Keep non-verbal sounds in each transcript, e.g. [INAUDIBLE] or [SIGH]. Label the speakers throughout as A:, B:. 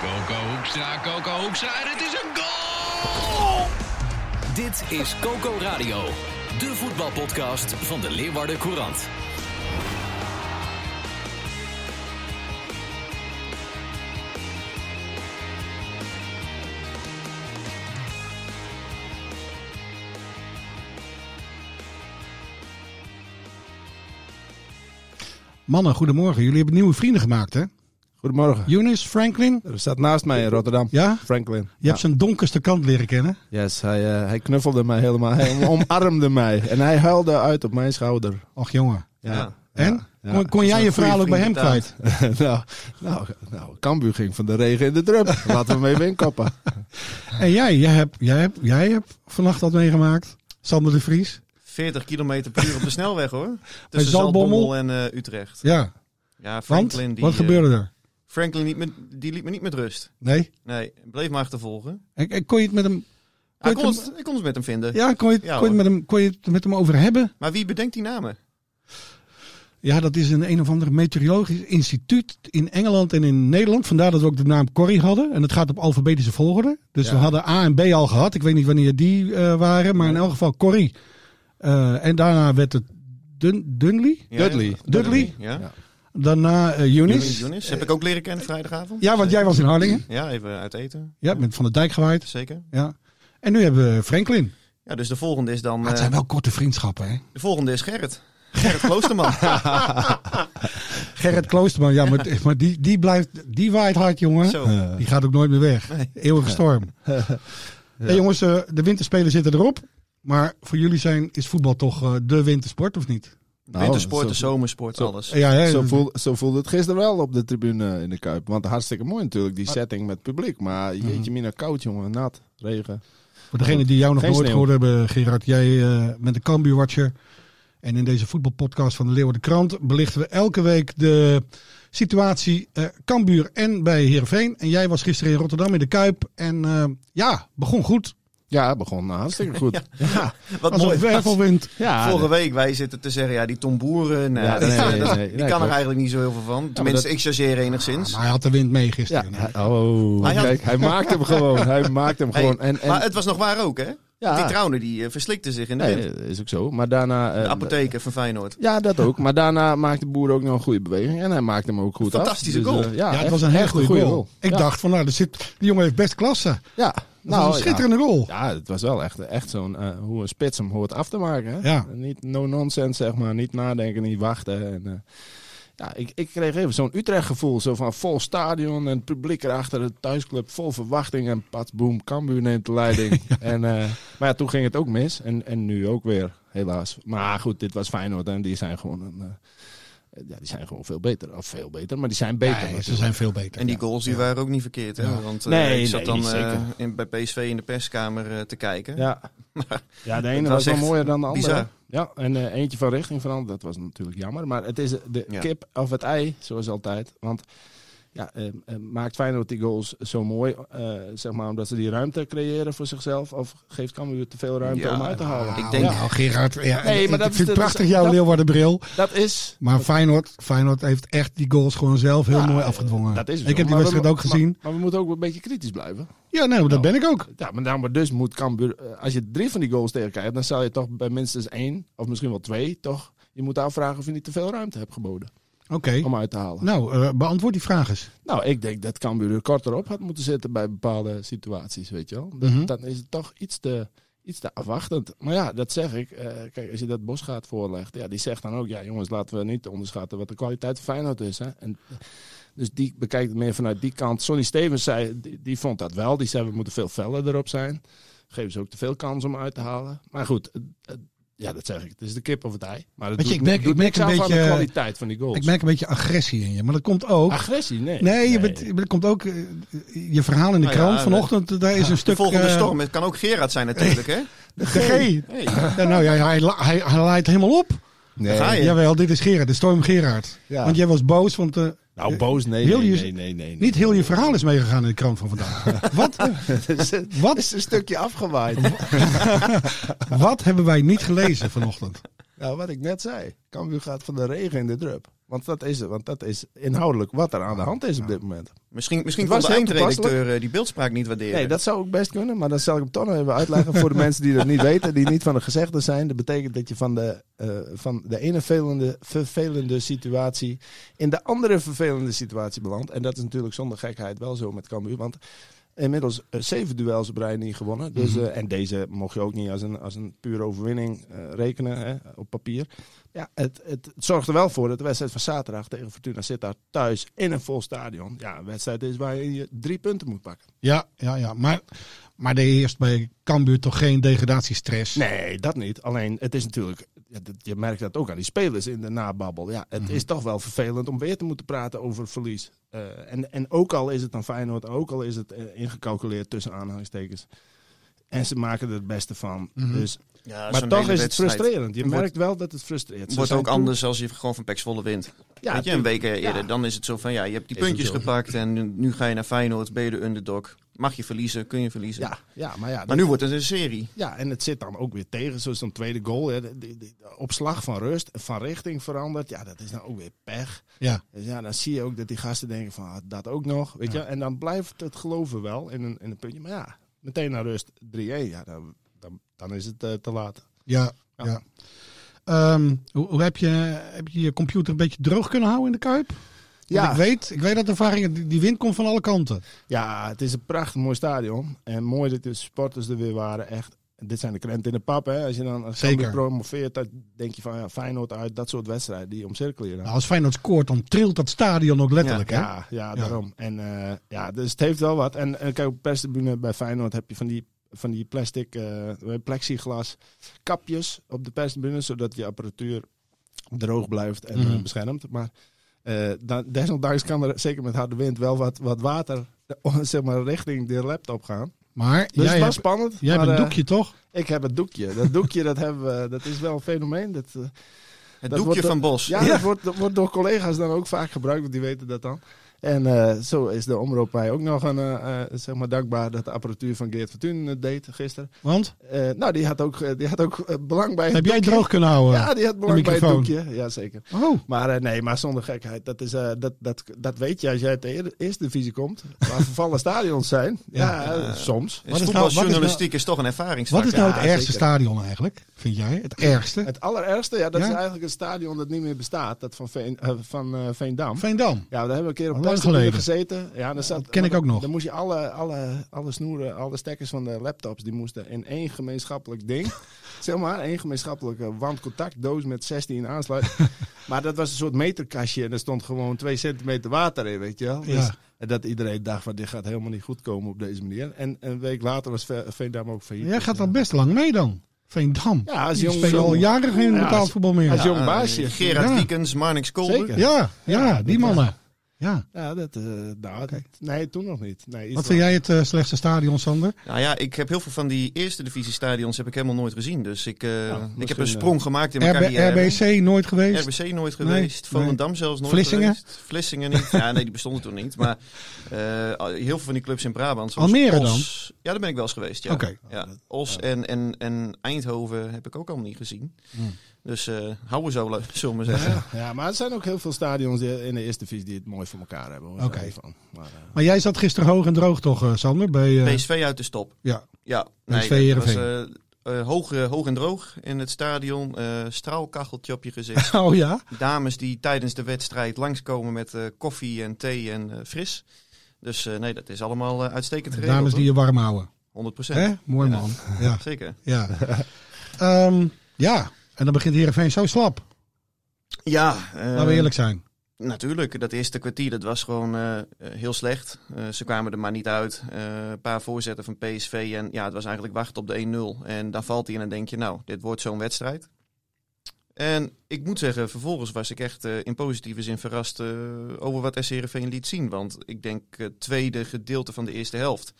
A: Coco Hoekstra, Coco Hoekstra en het is een goal!
B: Dit is Coco Radio, de voetbalpodcast van de Leeuwarden Courant.
C: Mannen, goedemorgen. Jullie hebben nieuwe vrienden gemaakt, hè?
D: Goedemorgen.
C: Eunice, Franklin.
D: Er staat naast mij in Rotterdam.
C: Ja?
D: Franklin.
C: Je hebt zijn donkerste kant leren kennen.
D: Yes, hij, eh, hij knuffelde mij helemaal. Hij omarmde mij. En hij huilde uit op mijn schouder.
C: Och, jongen.
D: Ja.
C: En?
D: Ja.
C: Kon, kon
D: Dat is
C: jij
D: een
C: je verhaal ook
D: goede
C: bij hem kwijt?
D: vriendentaal. [LAUGHS] nou, nou, nou, Cambuur ging van de regen in de drup. Laten we mee
C: [LAUGHS]
D: winkappen.
C: En jij, jij hebt, jij hebt, jij hebt vannacht wat meegemaakt. Sander de Vries.
E: 40 kilometer per uur
C: [LAUGHS]
E: op de snelweg hoor. Tussen
C: Zaltbommel.
E: Zaltbommel en eh, Utrecht.
C: Ja,
E: Ja,
C: want?
E: Franklin, die,
C: wat
E: eh,
C: gebeurde er?
E: Franklin liet me, die liet me niet met rust.
C: Nee?
E: Nee, bleef me achtervolgen.
C: En, en kon je het met hem...
E: Ah,
C: Kon
E: Ik
C: je
E: kon,
C: het
E: het, ik kon het met hem
D: Eh,
E: vinden.
C: eh, Ja, kon je het,
E: Ja,
C: kon je het met, hem, kon je het met hem over hebben?
E: Maar wie bedenkt die namen?
C: Ja, dat is een een of ander meteorologisch instituut in Engeland en in Nederland. Vandaar dat we ook de naam Corrie hadden. En het gaat op alfabetische volgorde. Dus
D: Ja.
C: we hadden A en B al gehad. Ik weet niet wanneer die eh, waren, maar in elk geval Corrie. Eh, en daarna werd het Dun Dunley.
E: Ja,
D: Dudley.
E: ja.
C: Dudley?
E: Ja.
D: Ja.
C: Daarna eh
E: Jonas.
C: Eunice.
E: Jonas. Heb ik ook leren kennen vrijdagavond.
C: Ja, want jij was in Harlingen.
E: Ja, even uit eten.
C: Ja, met Van de Dijk gewaaid.
E: Zeker.
C: Ja. En nu hebben we Franklin.
E: Ja, dus de volgende is dan...
C: Maar het
E: eh,
C: zijn wel korte vriendschappen, hè?
E: de volgende is Gerrit.
C: [LAUGHS]
E: Gerrit Kloosterman.
C: Gerrit Kloosterman, ja, maar, maar die, die blijft, die waait hard, jongen.
E: Zo.
C: Die gaat ook nooit meer weg. Eeuwige
D: [LAUGHS]
C: storm. Hey, jongens, eh, de winterspelen zitten erop. Maar voor jullie zijn, is voetbal toch eh, de wintersport, of niet?
D: Nou,
E: Wintersport, de
D: zo,
E: zomersport, alles.
C: Ja, hè?
D: zo, voel, zo voelde het gisteren wel op de tribune in de Kuip. Want hartstikke mooi natuurlijk,
C: Ah.
D: die setting met publiek. Maar
C: Mhm.
D: jeetje mina koud jongen, nat, regen.
C: Voor degenen die jou nog
D: Geen
C: nooit
D: sneeuw.
C: gehoord hebben, Gerard. Jij eh, bent een Cambuur-watcher. En in deze voetbalpodcast van de Leeuwarden Krant belichten we elke week de situatie eh Cambuur en bij Heerenveen. En jij was gisteren in Rotterdam in de Kuip. En eh, ja, begon goed.
D: Ja, het begon nou, hartstikke
E: [LAUGHS]
D: goed. ja.
E: Wat
C: Als een
E: mooi.
C: wervelwind.
D: Ja,
E: Vorige week wij zitten te zeggen, ja, die Tom Boeren, nou,
D: Ja,
E: [LAUGHS] die,
D: nee, nee,
E: dat-
D: nee,
E: die
D: nee,
E: kan
D: klopt.
E: er eigenlijk niet zo heel veel van. Tenminste,
D: dat-
E: ik chargeer enigszins.
C: Maar hij had de wind mee
D: Ja,
C: gisteren.
D: hij- oh,
E: Hij had-
D: kijk, hij maakt hem gewoon. Hij maakt hem
E: Hey,
D: gewoon. En, en,
E: maar het was nog waar ook, hè?
D: ja,
E: Die Trauner die eh, verslikte zich in de wind.
D: nee, is ook zo. Maar daarna... eh,
E: De apotheker van Feyenoord.
D: Ja, dat ook. Maar daarna maakte Boer ook nog een goede beweging. En hij maakte hem ook goed af.
E: Fantastische
D: Dus,
E: goal.
D: eh,
C: Ja,
D: ja,
C: het
D: echt-
C: was een
D: echt
C: hele goede goal. Ik
D: Ja.
C: dacht van, nou, er zit, die jongen heeft best klasse. Dat
D: Ja.
C: nou,
D: Nou,
C: was een schitterende goal.
D: Ja. ja, het was wel echt, echt zo'n... eh, hoe een spits hem hoort af te maken. Hè?
C: Ja.
D: Niet no-nonsense, zeg maar. Niet nadenken, niet wachten. En, eh, ja, ik, ik kreeg even zo'n Utrecht gevoel. Zo van vol stadion en het publiek erachter. De thuisclub vol verwachting. En pats, boem, Cambuur neemt de
C: [LAUGHS]
D: leiding. en, eh, maar ja, toen ging het ook mis. En, en nu ook weer, helaas. Maar goed, dit was Feyenoord. En die zijn gewoon... Een, eh, ja, die zijn gewoon veel beter. Of veel beter, maar die zijn beter.
C: Nee, ze
D: natuurlijk.
C: zijn veel beter.
E: En die goals die waren ook niet verkeerd, hè? Want eh,
D: Nee,
E: ik zat
D: nee,
E: dan
D: zeker.
E: eh, in, bij PSV in de perskamer eh, te kijken. [LAUGHS]
D: Ja. ja, de ene
E: Het
D: was
E: was
D: wel
E: echt
D: mooier dan de andere.
E: bizar.
D: Ja, en eh, eentje van richting veranderd. Dat was natuurlijk jammer. Maar het is de
E: Ja.
D: kip of het ei, zoals altijd. Want ja, eh, eh, maakt Feyenoord die goals zo mooi, eh, zeg maar, omdat ze die ruimte creëren voor zichzelf? Of geeft Cambuur te veel ruimte
E: Ja,
D: om uit te halen?
E: ik
C: Nou,
E: denk-
C: nou, Gerard, ja,
D: Nee,
C: ik-
D: maar dat
C: ik
D: is
C: vind
D: de-
C: het prachtig
D: dat-
C: jouw
D: dat-
C: Leeuwarden bril.
D: Dat is...
C: Maar Feyenoord, Feyenoord heeft echt die goals gewoon zelf heel
D: Ja,
C: mooi afgedwongen.
D: Dat is
C: ik
D: zo.
C: heb die
D: Maar we-
C: wedstrijd ook
D: maar- Oh.
C: gezien.
D: Maar, we moeten ook een beetje kritisch blijven.
C: ja, nee, maar dat ben ik ook.
D: Ja, maar daarom dus moet Cambuur... eh, Als je drie van die goals tegen krijgt, dan zal je toch bij minstens één, of misschien wel twee, toch... Je moet afvragen of je niet te veel ruimte hebt geboden
C: Oké.
D: om uit te halen.
C: Nou, eh, beantwoord die vraag eens.
D: Nou, ik denk dat Cambuur er korter op had moeten zitten bij bepaalde situaties, weet je wel. Dat,
C: Mhm.
D: Dan is het toch iets te, iets te afwachtend. Maar ja, dat zeg ik. Eh, kijk, als je dat Bosgaard voorlegt, ja, die zegt dan ook... Ja, jongens, laten we niet onderschatten wat de kwaliteit van Feyenoord is. Hè? En, dus die bekijkt het meer vanuit die kant. Sonny Stevens zei, die, die vond dat wel. Die zei, we moeten veel feller erop zijn. Geven ze ook te veel kans om uit te halen. Maar goed, eh, eh, Ja, dat zeg ik. Het is de kip of het ei. Maar dat
C: Weet je,
D: doet,
C: ik merk-
D: doet
C: ik merk
D: niks
C: een
D: af aan
C: beetje-
D: de kwaliteit van die goals.
C: Ik merk een beetje agressie in je, maar dat komt ook.
D: Agressie, nee.
C: nee, je bent, er komt ook eh, je verhaal in de
E: Nou ja,
C: krant
E: we-
C: vanochtend. Daar
D: [LAUGHS]
C: is een
E: De
C: stuk.
E: volgende
C: eh,
E: storm. Het kan ook Gerard zijn natuurlijk, hè?
C: De G. Ja, nou ja, hij, la- hij, hij laait helemaal op.
D: Nee.
E: Ga je?
C: Jawel, dit is Gerard, de storm Gerard.
D: Ja.
C: Want jij was boos, want eh,
D: Nou, boos, nee,
C: Heel
D: nee,
C: je-
D: nee, nee, nee, nee.
C: niet heel je verhaal is meegegaan in de krant van [LAUGHS] vandaag. wat,
D: Wat? is een stukje afgewaaid.
C: wat hebben wij niet gelezen vanochtend?
D: [LAUGHS] nou, wat ik net zei. Cambuur gaat van de regen in de drup. Want dat is het. Want dat is inhoudelijk wat er aan de hand is op dit moment.
E: Misschien, misschien
D: Het
E: kon
D: was
E: de
D: heel
E: eindredacteur eh, die beeldspraak niet waarderen.
D: Nee, dat zou ook best kunnen. Maar dan zal ik hem toch nog even uitleggen voor de mensen die dat niet weten. Die niet van de gezegde zijn. Dat betekent dat je van de, eh, van de ene vervelende, vervelende situatie in de andere vervelende situatie belandt. En dat is natuurlijk zonder gekheid wel zo met Cambuur. Want inmiddels eh, zeven duels op rij niet gewonnen. Dus, eh, en deze mocht je ook niet als een, als een pure overwinning eh, rekenen hè, op papier. Ja, het, het zorgt er wel voor dat de wedstrijd van zaterdag tegen Fortuna Sittard thuis in een vol stadion. Ja, een wedstrijd is waarin je drie punten moet pakken.
C: Ja, ja, ja. Maar, maar er heerst bij Cambuur toch geen degradatiestress.
D: Nee, dat niet. Alleen, het is natuurlijk... ja, dat- Je merkt dat ook aan die spelers in de nababbel. Ja, het is toch wel vervelend om weer te moeten praten over verlies. Eh, en, en ook al is het dan Feyenoord, ook al is het eh, ingecalculeerd tussen aanhalingstekens. En ze maken er het beste van. Dus,
E: Ja,
D: maar
E: zo'n
D: toch
E: hele
D: is het
E: wedstrijd
D: frustrerend. Je
E: wordt-
D: merkt wel dat het frustreert. Ze
E: wordt
D: zijn
E: ook
D: toe-
E: anders als je gewoon van Pek Zwolle wint.
D: Ja,
E: Weet je, een week
D: tuurlijk.
E: eerder.
D: Ja.
E: Dan is het zo van, ja, je hebt die
D: Is het
E: puntjes
D: zo.
E: gepakt en nu, nu ga je naar Feyenoord, ben je de underdog. Mag je verliezen, kun je verliezen.
D: Ja, ja, maar ja,
E: Maar nu wordt het een serie.
D: Ja, en het zit dan ook weer tegen. Zoals zo'n tweede goal. Hè. De, de- de- de opslag van rust, van richting veranderd. Ja, dat is dan ook weer pech.
C: Ja.
D: Dus ja, dan zie je ook dat die gasten denken van ah, dat ook nog. Weet je? En dan blijft het geloven wel in een, in een puntje. Maar ja, meteen naar rust 3-1. Ja, dan, dan, dan is het eh, te laat.
C: Ja, ja. Ehm, hoe, hoe heb, je, heb je je computer een beetje droog kunnen houden in de Kuip? Ja.
D: Ja,
C: ik, weet, ik weet dat ervaringen, die, die wind komt van alle kanten.
D: ja, het is een prachtig mooi stadion. En mooi dat de supporters er weer waren. Echt. Dit zijn de krenten in de pap. Hè. Als je dan als
C: Zeker.
D: Cambuur promoveert, dan denk je van ja, Feyenoord uit. Dat soort wedstrijden die omcirkelen je dan.
C: Nou, als Feyenoord scoort, dan trilt dat stadion ook letterlijk. hè?
D: Ja, ja, daarom. En eh, ja, dus het heeft wel wat. En, en kijk, op de perstribune bij Feyenoord heb je van die, van die plastic, eh, plexiglas kapjes op de perstribune, zodat je apparatuur droog blijft en
C: Mhm.
D: eh, beschermd. Maar eh, dan, desondanks kan er zeker met harde wind wel wat, wat water eh, [LAUGHS] zeg maar, richting de laptop gaan.
C: Maar jij,
D: Dus het was
C: hebt,
D: spannend.
C: jij hebt
D: maar,
C: een
D: eh,
C: doekje, toch?
D: ik heb het doekje. Dat doekje dat hebben we, dat is wel een fenomeen. Dat, eh,
E: Het
D: Dat
E: doekje
D: wordt-
E: van Bos.
D: ja, Dat, wordt, dat wordt door collega's dan ook vaak gebruikt, want die weten dat dan. En eh, zo is de omroep mij ook nog een, eh, eh, zeg maar dankbaar dat de apparatuur van Geert Fortuyn het deed gisteren.
C: Want
D: Eh, nou, die had ook, eh, die had ook eh, belang bij het
C: heb jij
D: doekje.
C: droog kunnen houden?
D: Ja, die had belang bij het
C: microfoon?
D: doekje. Jazeker.
C: Oh,
D: Maar eh, nee, maar zonder gekheid. Dat, is, eh, dat, dat, dat weet je als jij uit de eer- eerste divisie komt. Waar
C: [LAUGHS]
D: vervallen stadions zijn. Ja,
E: Ja.
D: eh, soms.
E: Is
C: Wat is nou-
E: voetbaljournalistiek
C: wat is
E: is, toch een ervaringsvak.
C: wat is
E: hè?
C: nou het
D: ja,
C: ergste
D: zeker.
C: stadion eigenlijk, vind jij? Het ergste?
D: Het allerergste, ja, dat
C: Ja?
D: is eigenlijk een stadion dat niet meer bestaat. Dat van, Veen, eh, van eh, Veendam.
C: Veendam.
D: Ja, daar hebben we een keer op
C: Al lang
D: plastic
C: geleden.
D: gezeten. Ja, dan zat,
C: Dat ken ik ook nog.
D: Dan moest je alle, alle, alle snoeren, alle stekkers van de laptops, die moesten in één
C: [LAUGHS]
D: gemeenschappelijk ding. zeg maar, één gemeenschappelijke wandcontactdoos met
C: [LAUGHS]
D: 16 aansluit. maar dat was een soort meterkastje en er stond gewoon twee centimeter water in, weet je wel. Dus
C: Ja.
D: Dat iedereen dacht van, dit gaat helemaal niet goed komen op deze manier. En een week later was Ve- Veendam ook failliet.
C: Jij gaat
D: Dus,
C: dan best lang mee dan. Veendam.
D: Ja, als
C: Die
D: jong-
C: spelen al
D: jong-
C: jaren geen
D: Ja,
C: betaald
D: als-
C: voetbal meer.
D: als
C: Ja,
D: jong-
E: Ja,
D: Zo'n baasje.
E: eh, Gerard
C: Ja.
E: Diekens, Marnix Kolder.
D: Zeker.
C: ja,
D: Ja,
C: die
D: dat-
C: mannen. Ja.
D: Ja, dat, eh, nou, nee, toen nog niet. Nee, iets
C: Wat vind jij
D: later.
C: het eh, slechtste stadion, Sander?
E: Nou ja, ik heb heel veel van die eerste divisie stadions heb ik helemaal nooit gezien. Dus ik,
C: Nou,
E: eh, ik heb
D: misschien,
E: een sprong gemaakt in mijn
C: RB,
E: carrière.
C: RBC nooit geweest.
E: RBC nooit geweest,
C: nee.
E: Volendam zelfs nooit
C: Vlissingen?
E: geweest. Vlissingen niet. Ja, nee, die bestonden toen niet. Maar eh, heel veel van die clubs in Brabant. zoals
C: Almere
E: Os. Ja, daar ben ik wel eens geweest. Ja.
C: Oké.
E: Ja. Os en, en, en Eindhoven heb ik ook allemaal niet gezien.
C: Hmm.
E: Dus eh houden zo, le- zullen we maar zeggen.
D: Ja, maar er zijn ook heel veel stadions die- in de eerste divisie die het mooi voor elkaar hebben. hoor.
C: Oké.
D: Daarvan. Maar, eh,
C: Maar jij zat gisteren hoog en droog toch, eh, Sander? Bij, eh,
E: PSV uit de stop.
C: ja. [LAUGHS]
E: Ja,
C: PSV
E: nee, dat was,
C: Heerenveen.
E: eh, eh, hoog, eh, hoog en droog in het stadion. eh straalkacheltje op je gezicht.
C: Oh ja?
E: Dames die tijdens de wedstrijd langskomen met eh, koffie en thee en eh, fris. Dus eh, nee, dat is allemaal eh, uitstekend geregeld.
C: Dames die je warm houden.
E: hoor. 100%.
C: Hè? Mooi
E: Ja.
C: man. Ja.
E: Zeker.
C: Ja. [LAUGHS] Ehm, ja. En dan begint Heerenveen zo slap.
E: Ja, eh,
C: eh, Laten we eerlijk zijn.
E: Natuurlijk, dat eerste kwartier dat was gewoon eh, eh, heel slecht. Eh, ze kwamen er maar niet uit. Eh, een paar voorzetten van PSV en ja, het was eigenlijk wachten op de 1-0. En dan valt hij en dan denk je, nou, dit wordt zo'n wedstrijd. En ik moet zeggen, vervolgens was ik echt eh, in positieve zin verrast eh, over wat SC Heerenveen liet zien. Want ik denk het tweede gedeelte van de eerste helft.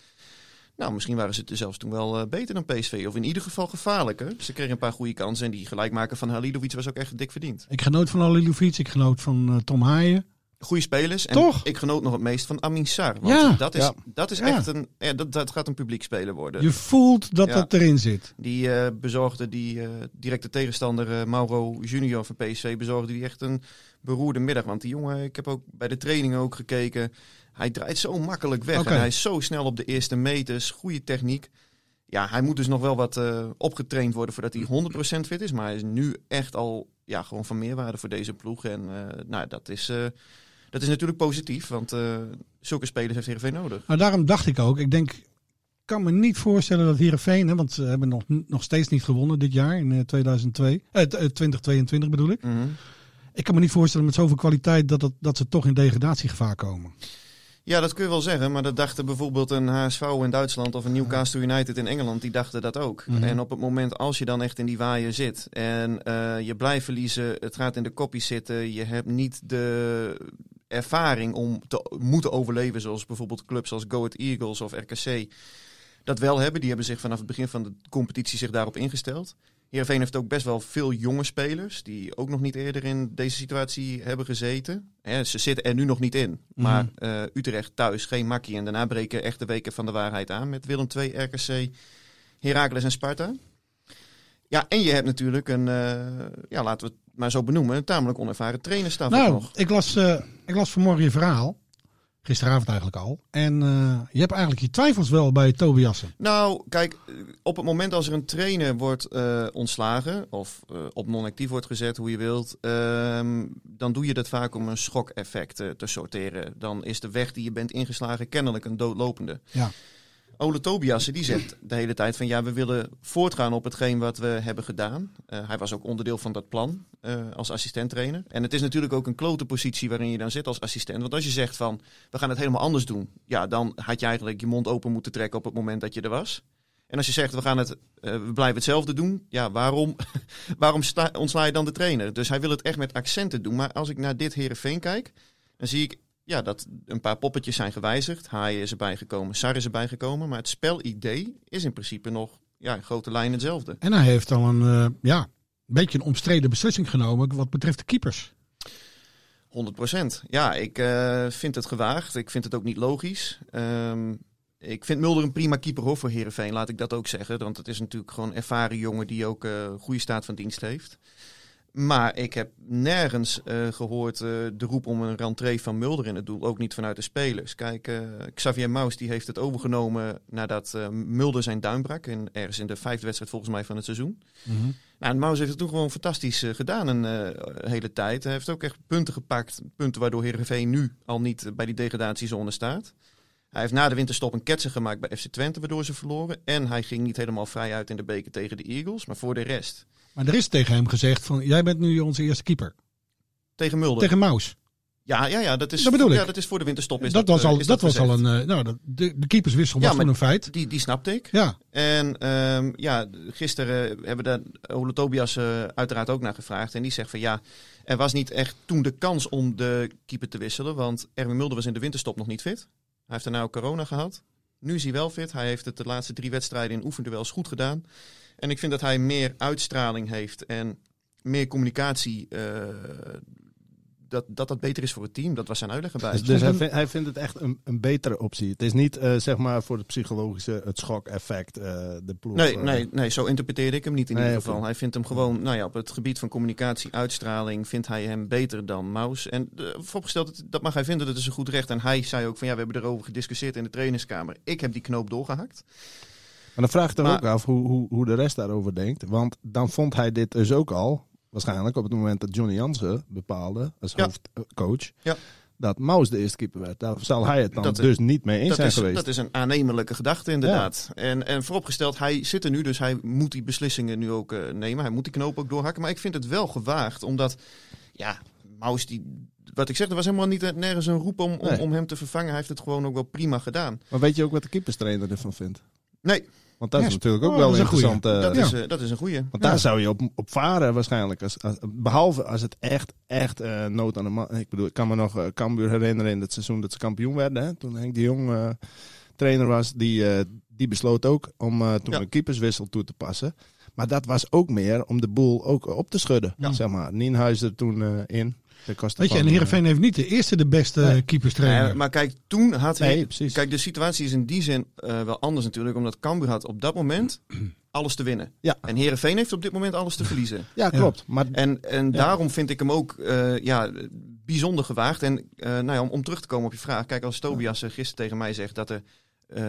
E: Nou, misschien waren ze er zelfs toen wel eh, beter dan PSV. Of in ieder geval gevaarlijker. Ze kregen een paar goede kansen en die gelijkmaker van Halilovic was ook echt dik verdiend.
C: Ik genoot van Alilovic, ik genoot van eh, Tom Haaien.
E: goede spelers. En
C: Toch?
E: ik genoot nog het meest van Amin Sar. Want
C: Ja,
E: dat is,
D: ja.
E: dat is
C: Ja.
E: echt een. Ja, dat, dat gaat een publiek speler worden.
C: Je voelt dat
E: Ja.
C: dat erin zit.
E: Die eh, bezorgde die eh, directe tegenstander eh, Mauro Junior van PSV bezorgde die echt een beroerde middag. Want die jongen, ik heb ook bij de trainingen ook gekeken. Hij draait zo makkelijk weg
C: Oké.
E: en hij is zo snel op de eerste meters. Goede techniek. Ja, hij moet dus nog wel wat eh, opgetraind worden voordat hij 100% fit is. Maar hij is nu echt al ja, gewoon van meerwaarde voor deze ploeg. En eh, nou, dat is, eh, dat is natuurlijk positief, want eh, zulke spelers heeft Heerenveen nodig.
C: Nou, daarom dacht ik ook. Ik denk, ik kan me niet voorstellen dat Heerenveen... Hè, want ze hebben nog, nog steeds niet gewonnen dit jaar, in eh, 2002, eh, t- eh, 2022 bedoel ik.
E: Mhm.
C: Ik kan me niet voorstellen met zoveel kwaliteit dat, dat, dat ze toch in degradatiegevaar komen.
E: Ja, dat kun je wel zeggen, maar dat dachten bijvoorbeeld een HSV in Duitsland of een Newcastle United in Engeland, die dachten dat ook.
C: Mhm.
E: En op het moment als je dan echt in die waaier zit en eh, je blijft verliezen, het gaat in de kopie zitten, je hebt niet de ervaring om te moeten overleven, zoals bijvoorbeeld clubs als Go Ahead Eagles of RKC dat wel hebben. Die hebben zich vanaf het begin van de competitie zich daarop ingesteld. Heerenveen heeft ook best wel veel jonge spelers die ook nog niet eerder in deze situatie hebben gezeten. Hè, ze zitten er nu nog niet in, maar eh, Utrecht thuis geen makkie. En daarna breken echt de weken van de waarheid aan met Willem II, RKC, Heracles en Sparta. Ja, en je hebt natuurlijk een, eh, ja, laten we het maar zo benoemen, een tamelijk onervaren trainerstaf ook
C: nou,
E: nog.
C: ik las, eh, ik las vanmorgen je verhaal. Gisteravond eigenlijk al. En eh, je hebt eigenlijk je twijfels wel bij Tobiassen.
E: Nou, kijk, eh, op het moment als er een trainer wordt eh, ontslagen of eh, op non-actief wordt gezet, hoe je wilt, ehm, dan doe je dat vaak om een schok-effect eh, te sorteren. Dan is de weg die je bent ingeslagen kennelijk een doodlopende.
C: Ja.
E: Ole Tobiasen die zegt de hele tijd van ja, we willen voortgaan op hetgeen wat we hebben gedaan. Eh, hij was ook onderdeel van dat plan eh, als assistenttrainer. En het is natuurlijk ook een klote positie waarin je dan zit als assistent. Want als je zegt van we gaan het helemaal anders doen. Ja, dan had je eigenlijk je mond open moeten trekken op het moment dat je er was. En als je zegt we gaan het, eh, we blijven hetzelfde doen. Ja, waarom, [LAUGHS] waarom sta- ontsla je dan de trainer? Dus hij wil het echt met accenten doen. Maar als ik naar dit Herenveen kijk, dan zie ik ja, dat een paar poppetjes zijn gewijzigd. Haaien is erbij gekomen, Sar is erbij gekomen. Maar het spelidee is in principe nog ja, in grote lijnen hetzelfde.
C: En hij heeft al een, eh, ja, een beetje een omstreden beslissing genomen wat betreft de keepers.
E: 100 Ja, ik eh, vind het gewaagd. Ik vind het ook niet logisch. Ehm, ik vind Mulder een prima keeper hoor, voor Herenveen, laat ik dat ook zeggen. Want het is natuurlijk gewoon een ervaren jongen die ook eh goede staat van dienst heeft. Maar ik heb nergens eh, gehoord eh, de roep om een rentree van Mulder in het doel. Ook niet vanuit de spelers. Kijk, eh, Xavier Maus die heeft het overgenomen nadat eh, Mulder zijn duim brak. En ergens in de vijfde wedstrijd volgens mij van het seizoen. Nou, en Maus heeft het toen gewoon fantastisch eh, gedaan een eh, hele tijd. Hij heeft ook echt punten gepakt. Punten waardoor Heerenveen nu al niet eh, bij die degradatiezone staat. Hij heeft na de winterstop een ketsen gemaakt bij FC Twente, waardoor ze verloren. En hij ging niet helemaal vrij uit in de beker tegen de Eagles. Maar voor de rest,
C: Maar er is tegen hem gezegd van jij bent nu onze eerste keeper.
E: tegen Mulder.
C: Tegen Maus.
E: Ja, ja, ja, dat is,
C: Dat bedoel
E: ja,
C: ik.
E: dat is voor de winterstop. Is
C: Dat, was
E: eh,
C: al,
E: is
C: dat was al
E: gezegd.
C: een. eh, nou, dat- de, de keeperswissel
E: Ja,
C: was
E: maar-
C: toen een feit.
E: Die, die snapte ik.
C: Ja,
E: En ehm, ja, gisteren hebben daar Ole Tobias eh, uiteraard ook naar gevraagd. En die zegt van ja, er was niet echt toen de kans om de keeper te wisselen. Want Erwin Mulder was in de winterstop nog niet fit. Hij heeft daarna ook corona gehad. Nu is hij wel fit. Hij heeft het de laatste drie wedstrijden in oefenduels goed gedaan. En ik vind dat hij meer uitstraling heeft en meer communicatie. eh, dat, dat dat beter is voor het team. Dat was zijn uitleg erbij.
D: Dus, dus hij, vindt- hij vindt het echt een, een betere optie. Het is niet eh, zeg maar voor het psychologische, het schok-effect, eh, de ploeg.
E: Nee,
D: eh,
E: nee, nee, zo interpreteerde ik hem niet in
D: Nee,
E: ieder
D: oké.
E: geval. Hij vindt hem gewoon, nou ja, op het gebied van communicatie, uitstraling, vindt hij hem beter dan Maus. En eh, vooropgesteld, dat- dat mag hij vinden, dat is een goed recht. En hij zei ook van, ja, we hebben erover gediscussieerd in de trainingskamer. Ik heb die knoop doorgehakt.
D: Maar dan vraag ik er
E: Maar-
D: ook af hoe, hoe, hoe de rest daarover denkt. Want dan vond hij dit dus ook al, waarschijnlijk op het moment dat Johnny Jansen bepaalde, als
E: Ja.
D: hoofdcoach,
E: Ja.
D: dat Maus de eerste keeper werd. Daar zal hij het dan
E: Dat-
D: dus niet mee eens
E: Dat
D: zijn
E: is,
D: geweest.
E: dat is een aannemelijke gedachte, inderdaad. En, en vooropgesteld, hij zit er nu, dus hij moet die beslissingen nu ook eh, nemen. Hij moet die knoop ook doorhakken. Maar ik vind het wel gewaagd, omdat, ja, Maus die wat ik zeg, er was helemaal niet, nergens een roep om, om,
D: Nee.
E: om hem te vervangen. Hij heeft het gewoon ook wel prima gedaan.
D: Maar weet je ook wat de keeperstrainer ervan vindt?
E: Nee,
D: Want dat
C: Ja,
D: is natuurlijk ook
C: oh,
D: wel
C: dat is een goeie.
D: interessant. eh,
E: dat,
C: ja.
E: is, eh, dat is een goeie.
D: Want daar zou je op, op varen waarschijnlijk. Als, als- behalve als het echt, echt eh, nood aan de man... Ik bedoel, ik kan me nog eh, Cambuur herinneren in het seizoen dat ze kampioen werden. Hè? Toen Henk de Jong eh, trainer was. Die, eh, die besloot ook om eh, toen
E: Ja.
D: een keeperswissel toe te passen. Maar dat was ook meer om de boel ook eh, op te schudden.
C: Ja.
D: Zeg maar, Nienhuis er toen eh, in. De kosten
C: Weet je,
D: van,
C: en Heerenveen heeft niet de eerste de beste
D: Nee.
C: keeperstrainer.
E: Nee, maar kijk, toen had
D: eh,
E: hij...
D: Nee, precies.
E: Kijk, de situatie is in die zin eh, wel anders natuurlijk. Omdat Cambuur had op dat
D: [CLEARS THROAT]
E: moment alles te winnen.
D: Ja.
E: En Herenveen heeft op dit moment alles te verliezen.
D: ja, klopt. Maar
E: En, en daarom vind ik hem ook eh, ja, bijzonder gewaagd. En eh, nou ja, om, om terug te komen op je vraag. Kijk, als Tobias eh, gisteren tegen mij zegt dat er eh,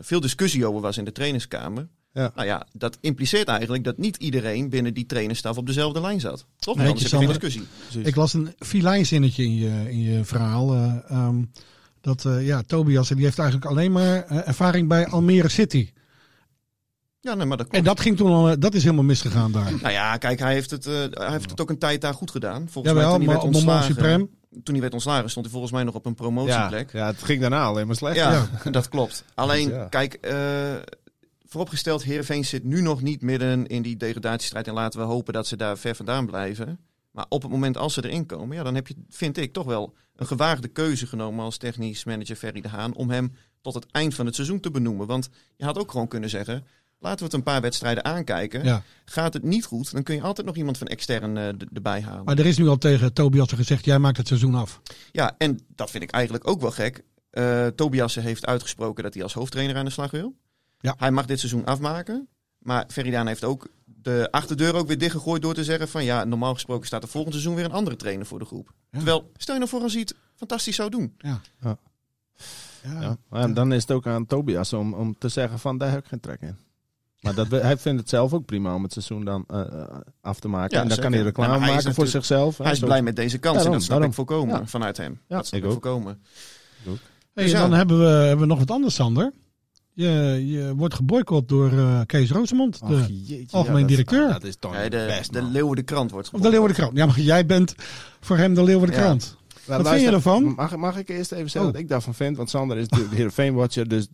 E: veel discussie over was in de trainingskamer.
D: Ja.
E: Nou ja, dat impliceert eigenlijk dat niet iedereen binnen die trainerstaf op dezelfde lijn zat. Toch?
C: Nee,
E: Want Anders heb je geen
C: Sander.
E: discussie.
C: Ik las een filijnzinnetje in je, in je verhaal. eh, ehm, dat eh, ja, Tobias die heeft eigenlijk alleen maar eh, ervaring bij Almere City.
E: Ja, nee, maar dat
C: En dat, ging toen al, eh, dat is helemaal misgegaan daar.
E: Nou ja, kijk, hij heeft het, eh, hij heeft het ook een tijd daar goed gedaan. Volgens mij
C: Jawel,
E: toen hij
C: maar
E: werd
C: op Moment
E: ontslagen.
C: Supreme.
E: toen hij werd ontslagen, stond hij volgens mij nog op een
D: ja,
E: promotieplek. Ja,
D: ja, het ging daarna alleen maar slecht.
E: [LAUGHS] dat klopt. Alleen,
D: Ja.
E: kijk, eh, vooropgesteld, Heerenveen zit nu nog niet midden in die degradatiestrijd. En laten we hopen dat ze daar ver vandaan blijven. Maar op het moment als ze erin komen, ja, dan heb je, vind ik, toch wel een gewaagde keuze genomen als technisch manager Ferry de Haan. Om hem tot het eind van het seizoen te benoemen. Want je had ook gewoon kunnen zeggen, laten we het een paar wedstrijden aankijken.
C: Ja.
E: Gaat het niet goed, dan kun je altijd nog iemand van extern eh, d- erbij halen.
C: Maar er is nu al tegen Tobias gezegd, jij maakt het seizoen af.
E: Ja, en dat vind ik eigenlijk ook wel gek. Eh Tobiassen heeft uitgesproken dat hij als hoofdtrainer aan de slag wil.
C: Ja.
E: Hij mag dit seizoen afmaken. Maar Feridaan heeft ook de achterdeur ook weer dichtgegooid door te zeggen van... ja, normaal gesproken staat er volgend seizoen weer een andere trainer voor de groep.
C: Ja.
E: Terwijl, stel je nou voor als hij het fantastisch zou doen.
C: Ja.
D: Ja. maar dan is het ook aan Tobias om, om te zeggen van daar heb ik geen trek in. Maar dat, we- [LAUGHS] hij vindt het zelf ook prima om het seizoen dan eh, eh, af te maken.
E: Ja,
D: en dan
E: zeker.
D: kan hij reclame
E: Ja, maar hij is
D: maken voor
E: natuurlijk-
D: zichzelf. hè,
E: Hij is
D: zo.
E: blij met deze kans en
D: Daarom,
E: dat snap
D: daarom.
E: ik voorkomen
D: Ja.
E: vanuit hem.
D: Ja,
E: dat snap
D: ik
E: ik,
D: ook.
E: voorkomen.
C: Hey,
E: Dus
C: en
E: ja.
C: Dan hebben we, hebben we nog wat anders, Sander. Je, je wordt geboycott door eh, Kees Roosemond.
D: Ach,
C: de-
D: jeetje,
C: algemeen
D: dat-
C: directeur.
D: Dat is toch
E: Nee,
D: niet
E: de,
D: Oh, best,
E: de
D: man.
E: Leeuwen de Krant wordt
C: of de
E: geboycott.
C: Leeuwardenkrant. Ja, maar jij bent voor hem de Leeuwardenkrant.
D: Nou,
C: Wat vind je ervan?
D: Mag, mag ik eerst even zeggen
C: Oh.
D: wat ik daarvan vind? Want Sander is natuurlijk Heerenveen-watcher. Dus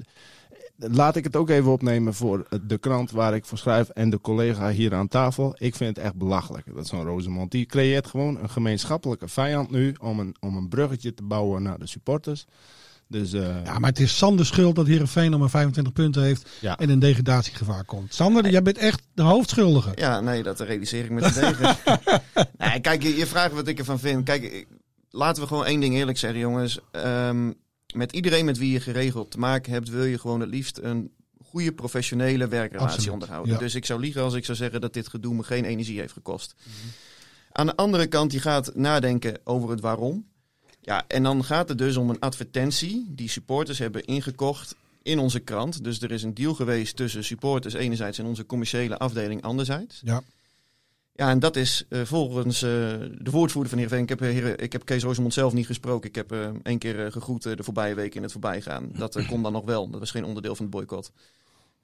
D: laat ik het ook even opnemen voor de krant waar ik voor schrijf en de collega hier aan tafel. Ik vind het echt belachelijk, dat zo'n Rosemond. Die creëert gewoon een gemeenschappelijke vijand nu om een, om een bruggetje te bouwen naar de supporters. Dus eh,
C: Ja, maar het is Sanders schuld dat Heerenveen nog maar 25 punten heeft
D: Ja.
C: en in degradatiegevaar komt. Sander, jij bent echt de hoofdschuldige.
E: Ja, nee, dat realiseer ik me
C: [LAUGHS]
E: te degen. nee, kijk, je, je vraagt wat ik ervan vind. Kijk, ik- laten we gewoon één ding eerlijk zeggen, jongens. Ehm, met iedereen met wie je geregeld te maken hebt, wil je gewoon het liefst een goede professionele werkrelatie
C: Absoluut,
E: onderhouden.
C: ja.
E: Dus ik zou liegen als ik zou zeggen dat dit gedoe me geen energie heeft gekost.
C: Mhm.
E: Aan de andere kant, je gaat nadenken over het waarom. Ja, en dan gaat het dus om een advertentie die supporters hebben ingekocht in onze krant. Dus er is een deal geweest tussen supporters enerzijds en onze commerciële afdeling anderzijds.
C: Ja.
E: Ja, en dat is eh, volgens eh, de woordvoerder van Heerenveen. Ik heb, eh, heren, ik heb Kees Rosemond zelf niet gesproken. Ik heb eh, één keer eh, gegroet eh, de voorbije week in het voorbijgaan. Dat eh, kon dan nog wel. Dat was geen onderdeel van het boycott.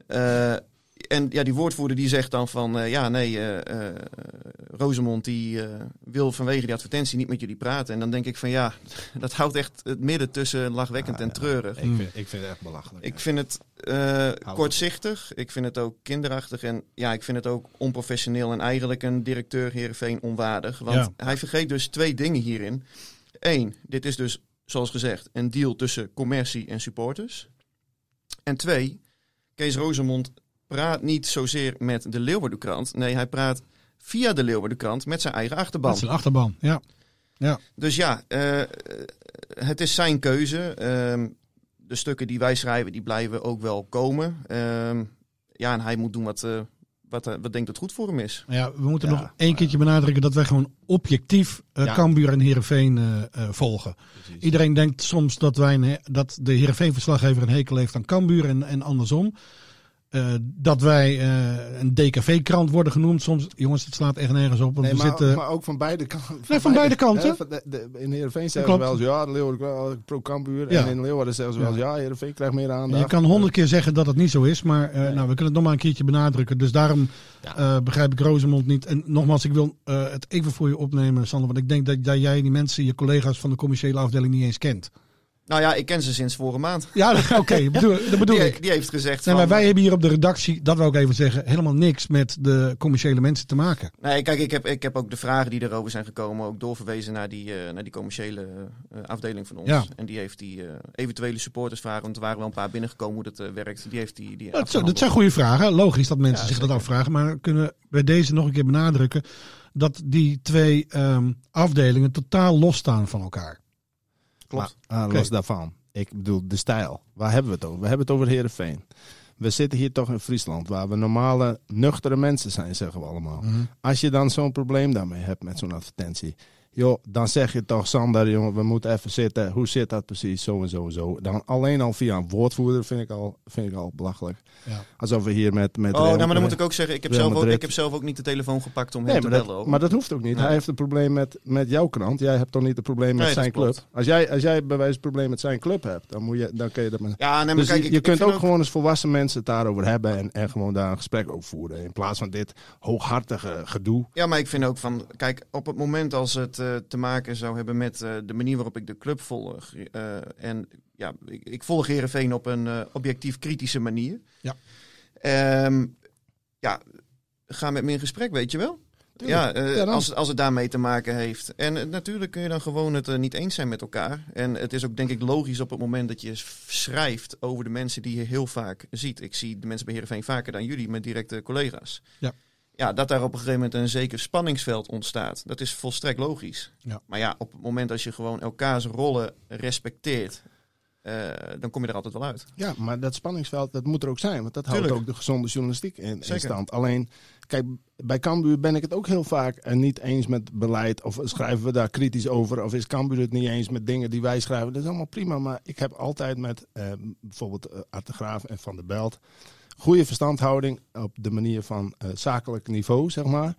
E: Eh, en ja, die woordvoerder die zegt dan van... eh, ja, nee, eh eh, Rosemond die eh, wil vanwege die advertentie niet met jullie praten. En dan denk ik van ja, [LAUGHS] dat houdt echt het midden tussen lachwekkend en treurig.
C: hmm.
D: ik, vind, ik vind het echt belachelijk.
E: Ik vind het eh, kortzichtig. Ik vind het ook kinderachtig. En ja, ik vind het ook onprofessioneel. En eigenlijk een directeur Heerenveen onwaardig. Want hij vergeet dus twee dingen hierin. Eén, dit is dus, zoals gezegd, een deal tussen commercie en supporters. En twee, Kees Rozemond praat niet zozeer met de Leeuwardenkrant. Nee, hij praat via de Leeuwardenkrant met zijn eigen
C: Dat
E: achterban.
C: is een achterban. Ja.
E: Dus ja, eh, eh, het is zijn keuze. Ehm, de stukken die wij schrijven, die blijven ook wel komen. Ehm, ja, en hij moet doen wat, eh, wat, eh, wat denkt dat goed voor hem is.
C: Maar ja, we moeten
D: Ja,
C: nog één keertje benadrukken dat wij gewoon objectief eh,
D: Ja.
C: Cambuur en Heerenveen eh, eh, volgen. Iedereen denkt soms dat, wij een he- dat de Heerenveen-verslaggever een hekel heeft aan Cambuur en, en andersom. eh, dat wij eh, een DKV-krant worden genoemd soms. Jongens, het slaat echt nergens op. Want
D: Nee,
C: we
D: maar,
C: zitten...
D: maar ook van beide [LAUGHS] kanten.
C: Nee, van beide kanten.
D: hè, van de- de- in Heerenveen zeggen
C: klopt.
D: ze wel eens, ja, de Leeuwarden wel pro-Kambuur.
C: Ja.
D: En in Leeuwarden zeggen ze wel eens, ja, Heerenveen krijgt
C: En
D: meer aandacht.
C: je kan honderd keer zeggen dat het niet zo is, maar eh, nou, we kunnen het nog maar een keertje benadrukken. Dus daarom eh, begrijp ik Rozemond niet. En nogmaals, ik wil eh, het even voor je opnemen, Sander. Want ik denk dat, dat jij die mensen, je collega's van de commerciële afdeling niet eens kent.
E: Nou ja, ik ken ze sinds vorige maand.
C: Ja, [LAUGHS] oké,
E: [LAUGHS]
C: bedoel, dat bedoel
E: die,
C: ik.
E: die heeft gezegd
C: Nee,
E: van...
C: maar wij hebben hier op de redactie, dat wil ik even zeggen, helemaal niks met de commerciële mensen te maken.
E: Nee, kijk, ik heb, ik heb ook de vragen die erover zijn gekomen ook doorverwezen naar die, eh, naar die commerciële eh, afdeling van ons.
C: Ja.
E: En die heeft die eh, eventuele supportersvragen, want er waren wel een paar binnengekomen hoe dat eh, werkt. Die heeft die, die
C: Dat, zijn-
E: afgehandeld.
C: dat zijn goede vragen. Logisch dat mensen
E: Ja,
C: zich dat
E: zeker.
C: afvragen. Maar kunnen bij deze nog een keer benadrukken dat die twee ehm, afdelingen totaal losstaan van elkaar.
E: Klopt.
D: Maar, ah, los daarvan. Ik bedoel, de stijl. Waar hebben we het over? We hebben het over Heerenveen. We zitten hier toch in Friesland, waar we normale, nuchtere mensen zijn, zeggen we allemaal.
E: Mhm.
D: Als je dan zo'n probleem daarmee hebt met zo'n advertentie. Joh, dan zeg je toch, Sander, jongen, we moeten even zitten. Hoe zit dat precies? Zo en zo en zo. Dan alleen al via een woordvoerder vind ik al, vind ik al belachelijk.
C: Ja.
D: Alsof we hier met... met
E: Oh,
D: Real-
E: nou, maar dan moet ik ook zeggen, ik heb,
D: Real
E: zelf ook,
D: Madrid.
E: ik heb zelf ook niet de telefoon gepakt om hem
D: Nee,
E: te
D: maar
E: bellen.
D: dat,
E: ook.
D: maar dat hoeft ook niet.
E: Nee.
D: Hij heeft een probleem met, met jouw krant. Jij hebt toch niet een probleem met
E: Nee, dat
D: zijn
E: klopt.
D: club. Als jij, als jij bij wijze van probleem met zijn club hebt, dan, moet je, dan kun je dat... Met...
E: Ja, nee, maar
D: dus
E: kijk,
D: je,
E: ik-
D: je
E: ik
D: kunt
E: vind
D: ook gewoon als volwassen mensen het daarover hebben en, en gewoon daar een gesprek over voeren. In plaats van dit hooghartige gedoe.
E: Ja, maar ik vind ook van, kijk, op het moment als het eh, te maken zou hebben met eh, de manier waarop ik de club volg. eh, en ja, ik, ik volg Herenveen op een eh, objectief kritische manier.
C: Ja.
E: Ehm, ja, ga met me in gesprek, weet je wel. Ja, eh,
D: Ja, dan.
E: als, als het daarmee te maken heeft. En eh, natuurlijk kun je dan gewoon het eh, niet eens zijn met elkaar. En het is ook denk ik logisch op het moment dat je s- schrijft over de mensen die je heel vaak ziet. Ik zie de mensen bij Heerenveen vaker dan jullie, mijn directe collega's ja, dat daar op een gegeven moment een zeker spanningsveld ontstaat. Dat is volstrekt logisch.
C: Ja.
E: Maar ja, op het moment als je gewoon elkaars rollen respecteert, eh, dan kom je er altijd wel uit.
D: Ja, maar dat spanningsveld, dat moet er ook zijn. Want dat houdt
E: Tuurlijk.
D: ook de gezonde journalistiek in, in
E: Zeker.
D: stand. Alleen, kijk, bij Cambuur ben ik het ook heel vaak eh, niet eens met beleid. Of schrijven we daar kritisch over. Of is Cambuur het niet eens met dingen die wij schrijven. Dat is allemaal prima. Maar ik heb altijd met eh, bijvoorbeeld eh, Art de Graaf en Van der Belt... goede verstandhouding op de manier van eh, zakelijk niveau, zeg maar.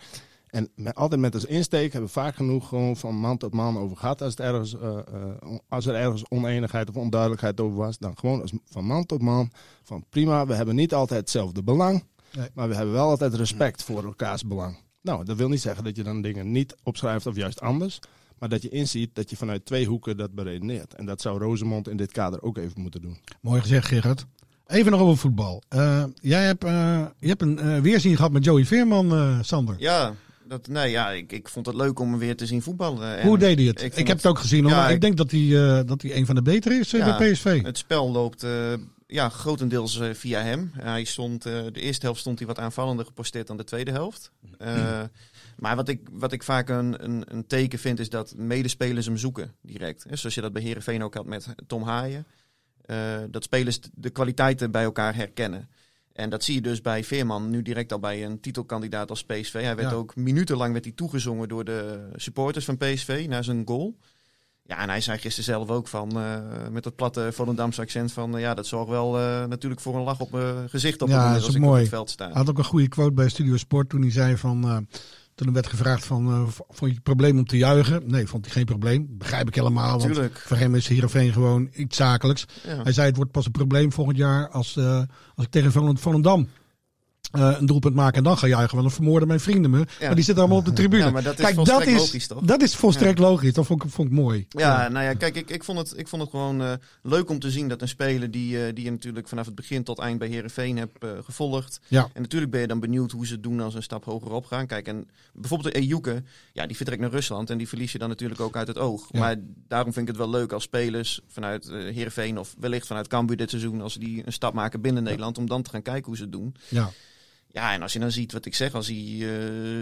D: En met, altijd met als insteek hebben we vaak genoeg gewoon van man tot man over gehad. Als, het ergens, eh, eh, als er ergens oneenigheid of onduidelijkheid over was, dan gewoon als, van man tot man. Van prima, we hebben niet altijd hetzelfde belang,
C: Nee.
D: maar we hebben wel altijd respect voor elkaars belang. Nou, dat wil niet zeggen dat je dan dingen niet opschrijft of juist anders. Maar dat je inziet dat je vanuit twee hoeken dat beredeneert. En dat zou Rosemond in dit kader ook even moeten doen.
C: Mooi gezegd, Gerard. Even nog over voetbal. Eh, jij hebt, eh, je hebt een eh, weerzien gehad met Joey Veerman, eh, Sander.
E: Ja, dat, nee, ja ik, ik vond het leuk om hem weer te zien voetballen. En
C: Hoe deed hij het?
E: ik
C: Ik, heb
E: vond
C: het
E: het-
C: ook gezien, hoor,
E: Ja,
C: maar ik
E: ik-
C: denk dat hij, eh, dat hij een van de betere is eh,
E: Ja,
C: bij PSV.
E: Het spel loopt eh, ja, grotendeels eh, via hem. Hij stond, eh, de eerste helft stond hij wat aanvallender geposteerd dan de tweede helft. Eh, Maar wat ik, wat ik vaak een, een, een teken vind, is dat medespelers hem zoeken direct. Eh, Zoals je dat bij Herenveen ook had met Tom Haaien. Eh, dat spelers de kwaliteiten bij elkaar herkennen. En dat zie je dus bij Veerman nu direct al bij een titelkandidaat als PSV. Hij werd
C: Ja.
E: ook minutenlang werd hij toegezongen door de supporters van PSV naar zijn goal. Ja, en hij zei gisteren zelf ook van, eh, met dat platte Volendamse accent van... eh, ja, dat zorgt wel eh, natuurlijk voor een lach op mijn gezicht op
C: Ja,
E: het moment
C: is
E: als
C: ook
E: ik op
C: mooi.
E: het veld sta.
C: Hij had ook een goede quote bij Studio Sport toen hij zei van... eh, toen hem werd gevraagd van, eh, v- vond je het probleem om te juichen? Nee, vond hij geen probleem. Begrijp ik helemaal, want
E: Tuurlijk.
C: voor hem is Heerenveen gewoon iets zakelijks.
E: Ja.
C: Hij zei het wordt pas een probleem volgend jaar als, eh, als ik tegen Volend- Volendam eh, een doelpunt maak en dan ga juichen. Want dan vermoorden mijn vrienden me.
E: Ja.
C: Maar die zitten allemaal op de tribune.
E: Ja, maar dat is
C: Kijk, dat
E: volstrekt
C: is,
E: logisch, toch?
C: Dat is volstrekt logisch. Dat vond ik, vond ik mooi.
E: Ja, nou ja, kijk, ik, ik, vond het, ik vond het gewoon eh, leuk om te zien dat een speler die, eh, die je natuurlijk vanaf het begin tot eind bij Herenveen hebt eh, gevolgd.
C: Ja.
E: En natuurlijk ben je dan benieuwd hoe ze het doen als ze een stap hoger opgaan. Kijk, en bijvoorbeeld de Ejuke, ja, die vertrekt naar Rusland en die verlies je dan natuurlijk ook uit het oog.
C: Ja.
E: Maar daarom vind ik het wel leuk als spelers vanuit eh, Heerenveen of wellicht vanuit Cambuur dit seizoen, als die een stap maken binnen Nederland, om dan te gaan kijken hoe ze het doen.
C: Ja.
E: Ja, en als je dan ziet wat ik zeg, als hij eh,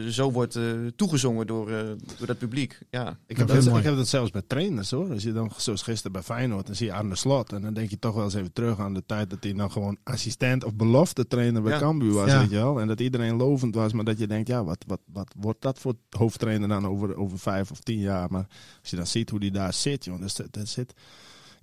E: zo wordt eh, toegezongen door, eh, door dat publiek. Ja,
D: Ik
C: Dat
D: heb,
C: is
D: dat,
C: mooi.
D: ik heb dat zelfs met trainers hoor. Als je dan, zoals gisteren bij Feyenoord, dan zie je Arne Slot. En dan denk je toch wel eens even terug aan de tijd dat hij dan gewoon assistent of belofte trainer bij
E: Ja.
D: Cambuur was.
C: Ja.
D: Weet je wel? En dat iedereen lovend was. Maar dat je denkt, ja, wat, wat, wat wordt dat voor hoofdtrainer dan over, over vijf of tien jaar? Maar als je dan ziet hoe die eh, daar zit, joh, dus dat, dat zit...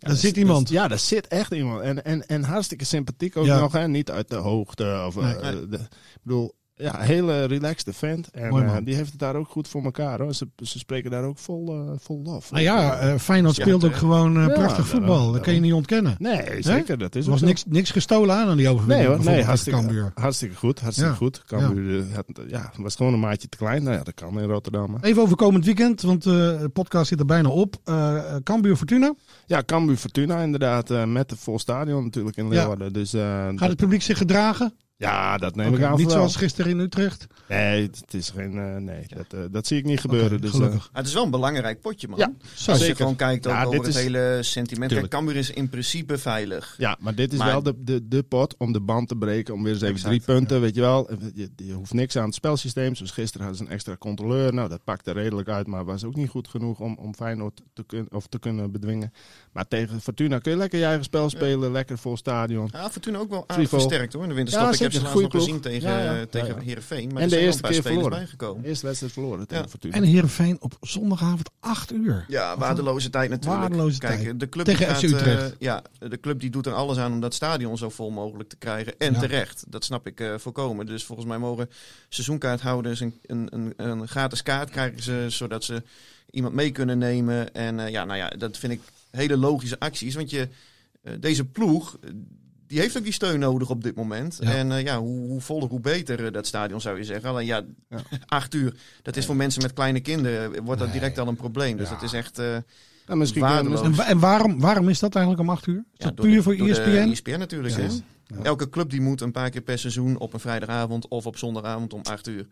C: Daar zit iemand.
D: ja, daar zit echt iemand. En, en, en hartstikke sympathiek ook
C: Ja.
D: nog. Hè? Niet uit de hoogte. Of, eh,
C: Nee.
D: de- ik bedoel, ja, een hele relaxed vent. En
C: Mooi man.
D: eh, die heeft het daar ook goed voor elkaar. Hoor. Ze, ze spreken daar ook vol, eh, vol lof.
C: Nou ja, eh, Feyenoord
E: Ja,
C: speelt ook
E: eh,
C: gewoon eh,
D: ja, daarom,
C: prachtig voetbal. Dat
D: daarom.
C: kun je niet ontkennen.
D: nee, zeker. Dat is
C: Er
D: ook
C: was
D: zo.
C: niks, niks gestolen aan aan die overwinning.
D: Nee hoor, nee,
C: bijvoorbeeld
D: hartstikke,
C: tegen Cambuur.
D: hartstikke goed. Hartstikke
C: Ja.
D: goed. Cambuur eh, had, ja, was gewoon een maatje te klein. Nou ja, dat kan in Rotterdam. hè.
C: Even over komend weekend, want eh, de podcast zit er bijna op. Eh Cambuur Fortuna.
D: Ja, Cambuur Fortuna inderdaad. eh, met het vol stadion natuurlijk in Leeuwarden. Dus, eh,
C: Gaat
D: dat-
C: het publiek zich gedragen?
D: ja, dat neem
C: Oké,
D: ik aan
C: niet
D: van wel.
C: zoals gisteren in Utrecht.
D: Nee, het is geen. eh, nee, dat, eh, dat zie ik niet gebeuren.
C: Oké,
D: dus, eh,
C: gelukkig.
E: Maar Ah, het is wel een belangrijk potje, man.
D: Ja,
C: Zo.
E: Als je
D: eh, zeker.
E: gewoon kijkt ook
D: Ja,
E: over
D: dit
E: het
D: is-
E: hele sentiment. Kijk,
D: Tuurlijk.
E: Cambuur is in principe veilig.
D: ja, maar dit is
E: Maar-
D: wel de, de, de pot om de band te breken. Om weer eens even
E: Exact,
D: drie punten, weet je wel. Eh, Je, je hoeft niks aan het spelsysteem. Zoals gisteren hadden ze een extra controleur. Nou, dat pakte redelijk uit, maar was ook niet goed genoeg om, om Feyenoord te, kun, of te kunnen bedwingen. Maar tegen Fortuna kun je lekker je eigen spel spelen. Lekker vol stadion.
E: Ja, Fortuna ook wel aardig
D: Frivol.
E: versterkt hoor. In de winterstop.
D: Ja,
E: ik heb
D: zeker.
E: ze laatst
D: Goeie
E: nog gezien
D: ploeg.
E: tegen,
D: Ja, ja.
E: tegen
D: Ja, ja.
E: Heerenveen.
D: En
E: Maar er
D: de
E: zijn wel
D: eerste
E: een paar
D: keer
E: spelers
D: verloren.
E: bijgekomen.
D: Eerste wedstrijd verloren tegen
E: Ja.
D: Fortuna.
C: En Heerenveen op zondagavond 8 uur.
E: Ja, waardeloze tijd natuurlijk.
C: Waardeloze
E: Kijk,
C: tijd.
E: De club
C: Tegen
E: die
C: FC
E: gaat, eh,
C: Utrecht.
E: ja, de club die doet er alles aan om dat stadion zo vol mogelijk te krijgen. En
C: Ja.
E: terecht, dat snap ik eh, voorkomen. Dus volgens mij mogen seizoenkaarthouders een, een, een, een gratis kaart krijgen, ze, zodat ze iemand mee kunnen nemen. En eh, ja, nou ja, dat vind ik hele logische acties. Want je, eh, deze ploeg, eh, die heeft ook die steun nodig op dit moment.
C: Ja.
E: En eh, ja, hoe, hoe voller, hoe beter eh, dat stadion zou je zeggen. Alleen ja, [LAUGHS] acht uur, dat is voor mensen met kleine kinderen, eh, wordt dat direct al een probleem. Dus dat is echt... eh,
D: Nou, misschien
E: Waardeloos.
D: kunnen we-
C: En, wa- en waarom, waarom is dat eigenlijk om 8 uur? Is
E: Ja,
C: dat
E: door de-
C: puur voor E
E: door de E
C: ESPN?
E: ESPN natuurlijk.
C: Ja.
E: hè?
C: Ja.
E: Elke club die moet een paar keer per seizoen op een vrijdagavond of op zondagavond om 8 uur.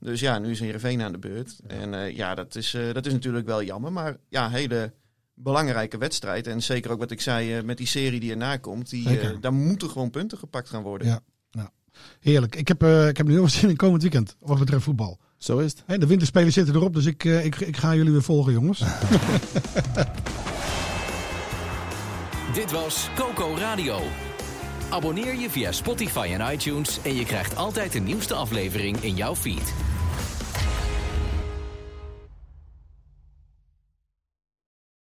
E: Dus ja, nu is Heerenveen aan de beurt. En eh, ja, dat is, eh, dat is natuurlijk wel jammer. Maar ja, hele belangrijke wedstrijd. En zeker ook wat ik zei eh, met die serie die erna komt. Die, eh,
C: Zeker.
E: daar moeten gewoon punten gepakt gaan worden.
C: Ja. nou, Heerlijk. Ik heb, eh, ik heb nu [LAUGHS] heel veel zin in komend weekend wat betreft voetbal.
D: Zo is het.
C: Hè, de winterspelen zitten erop, dus ik, eh, ik, ik ga jullie weer volgen,
D: [LAUGHS]
C: jongens.
B: Dit was Coco Radio. Abonneer je via Spotify en iTunes en je krijgt altijd de nieuwste aflevering in jouw feed.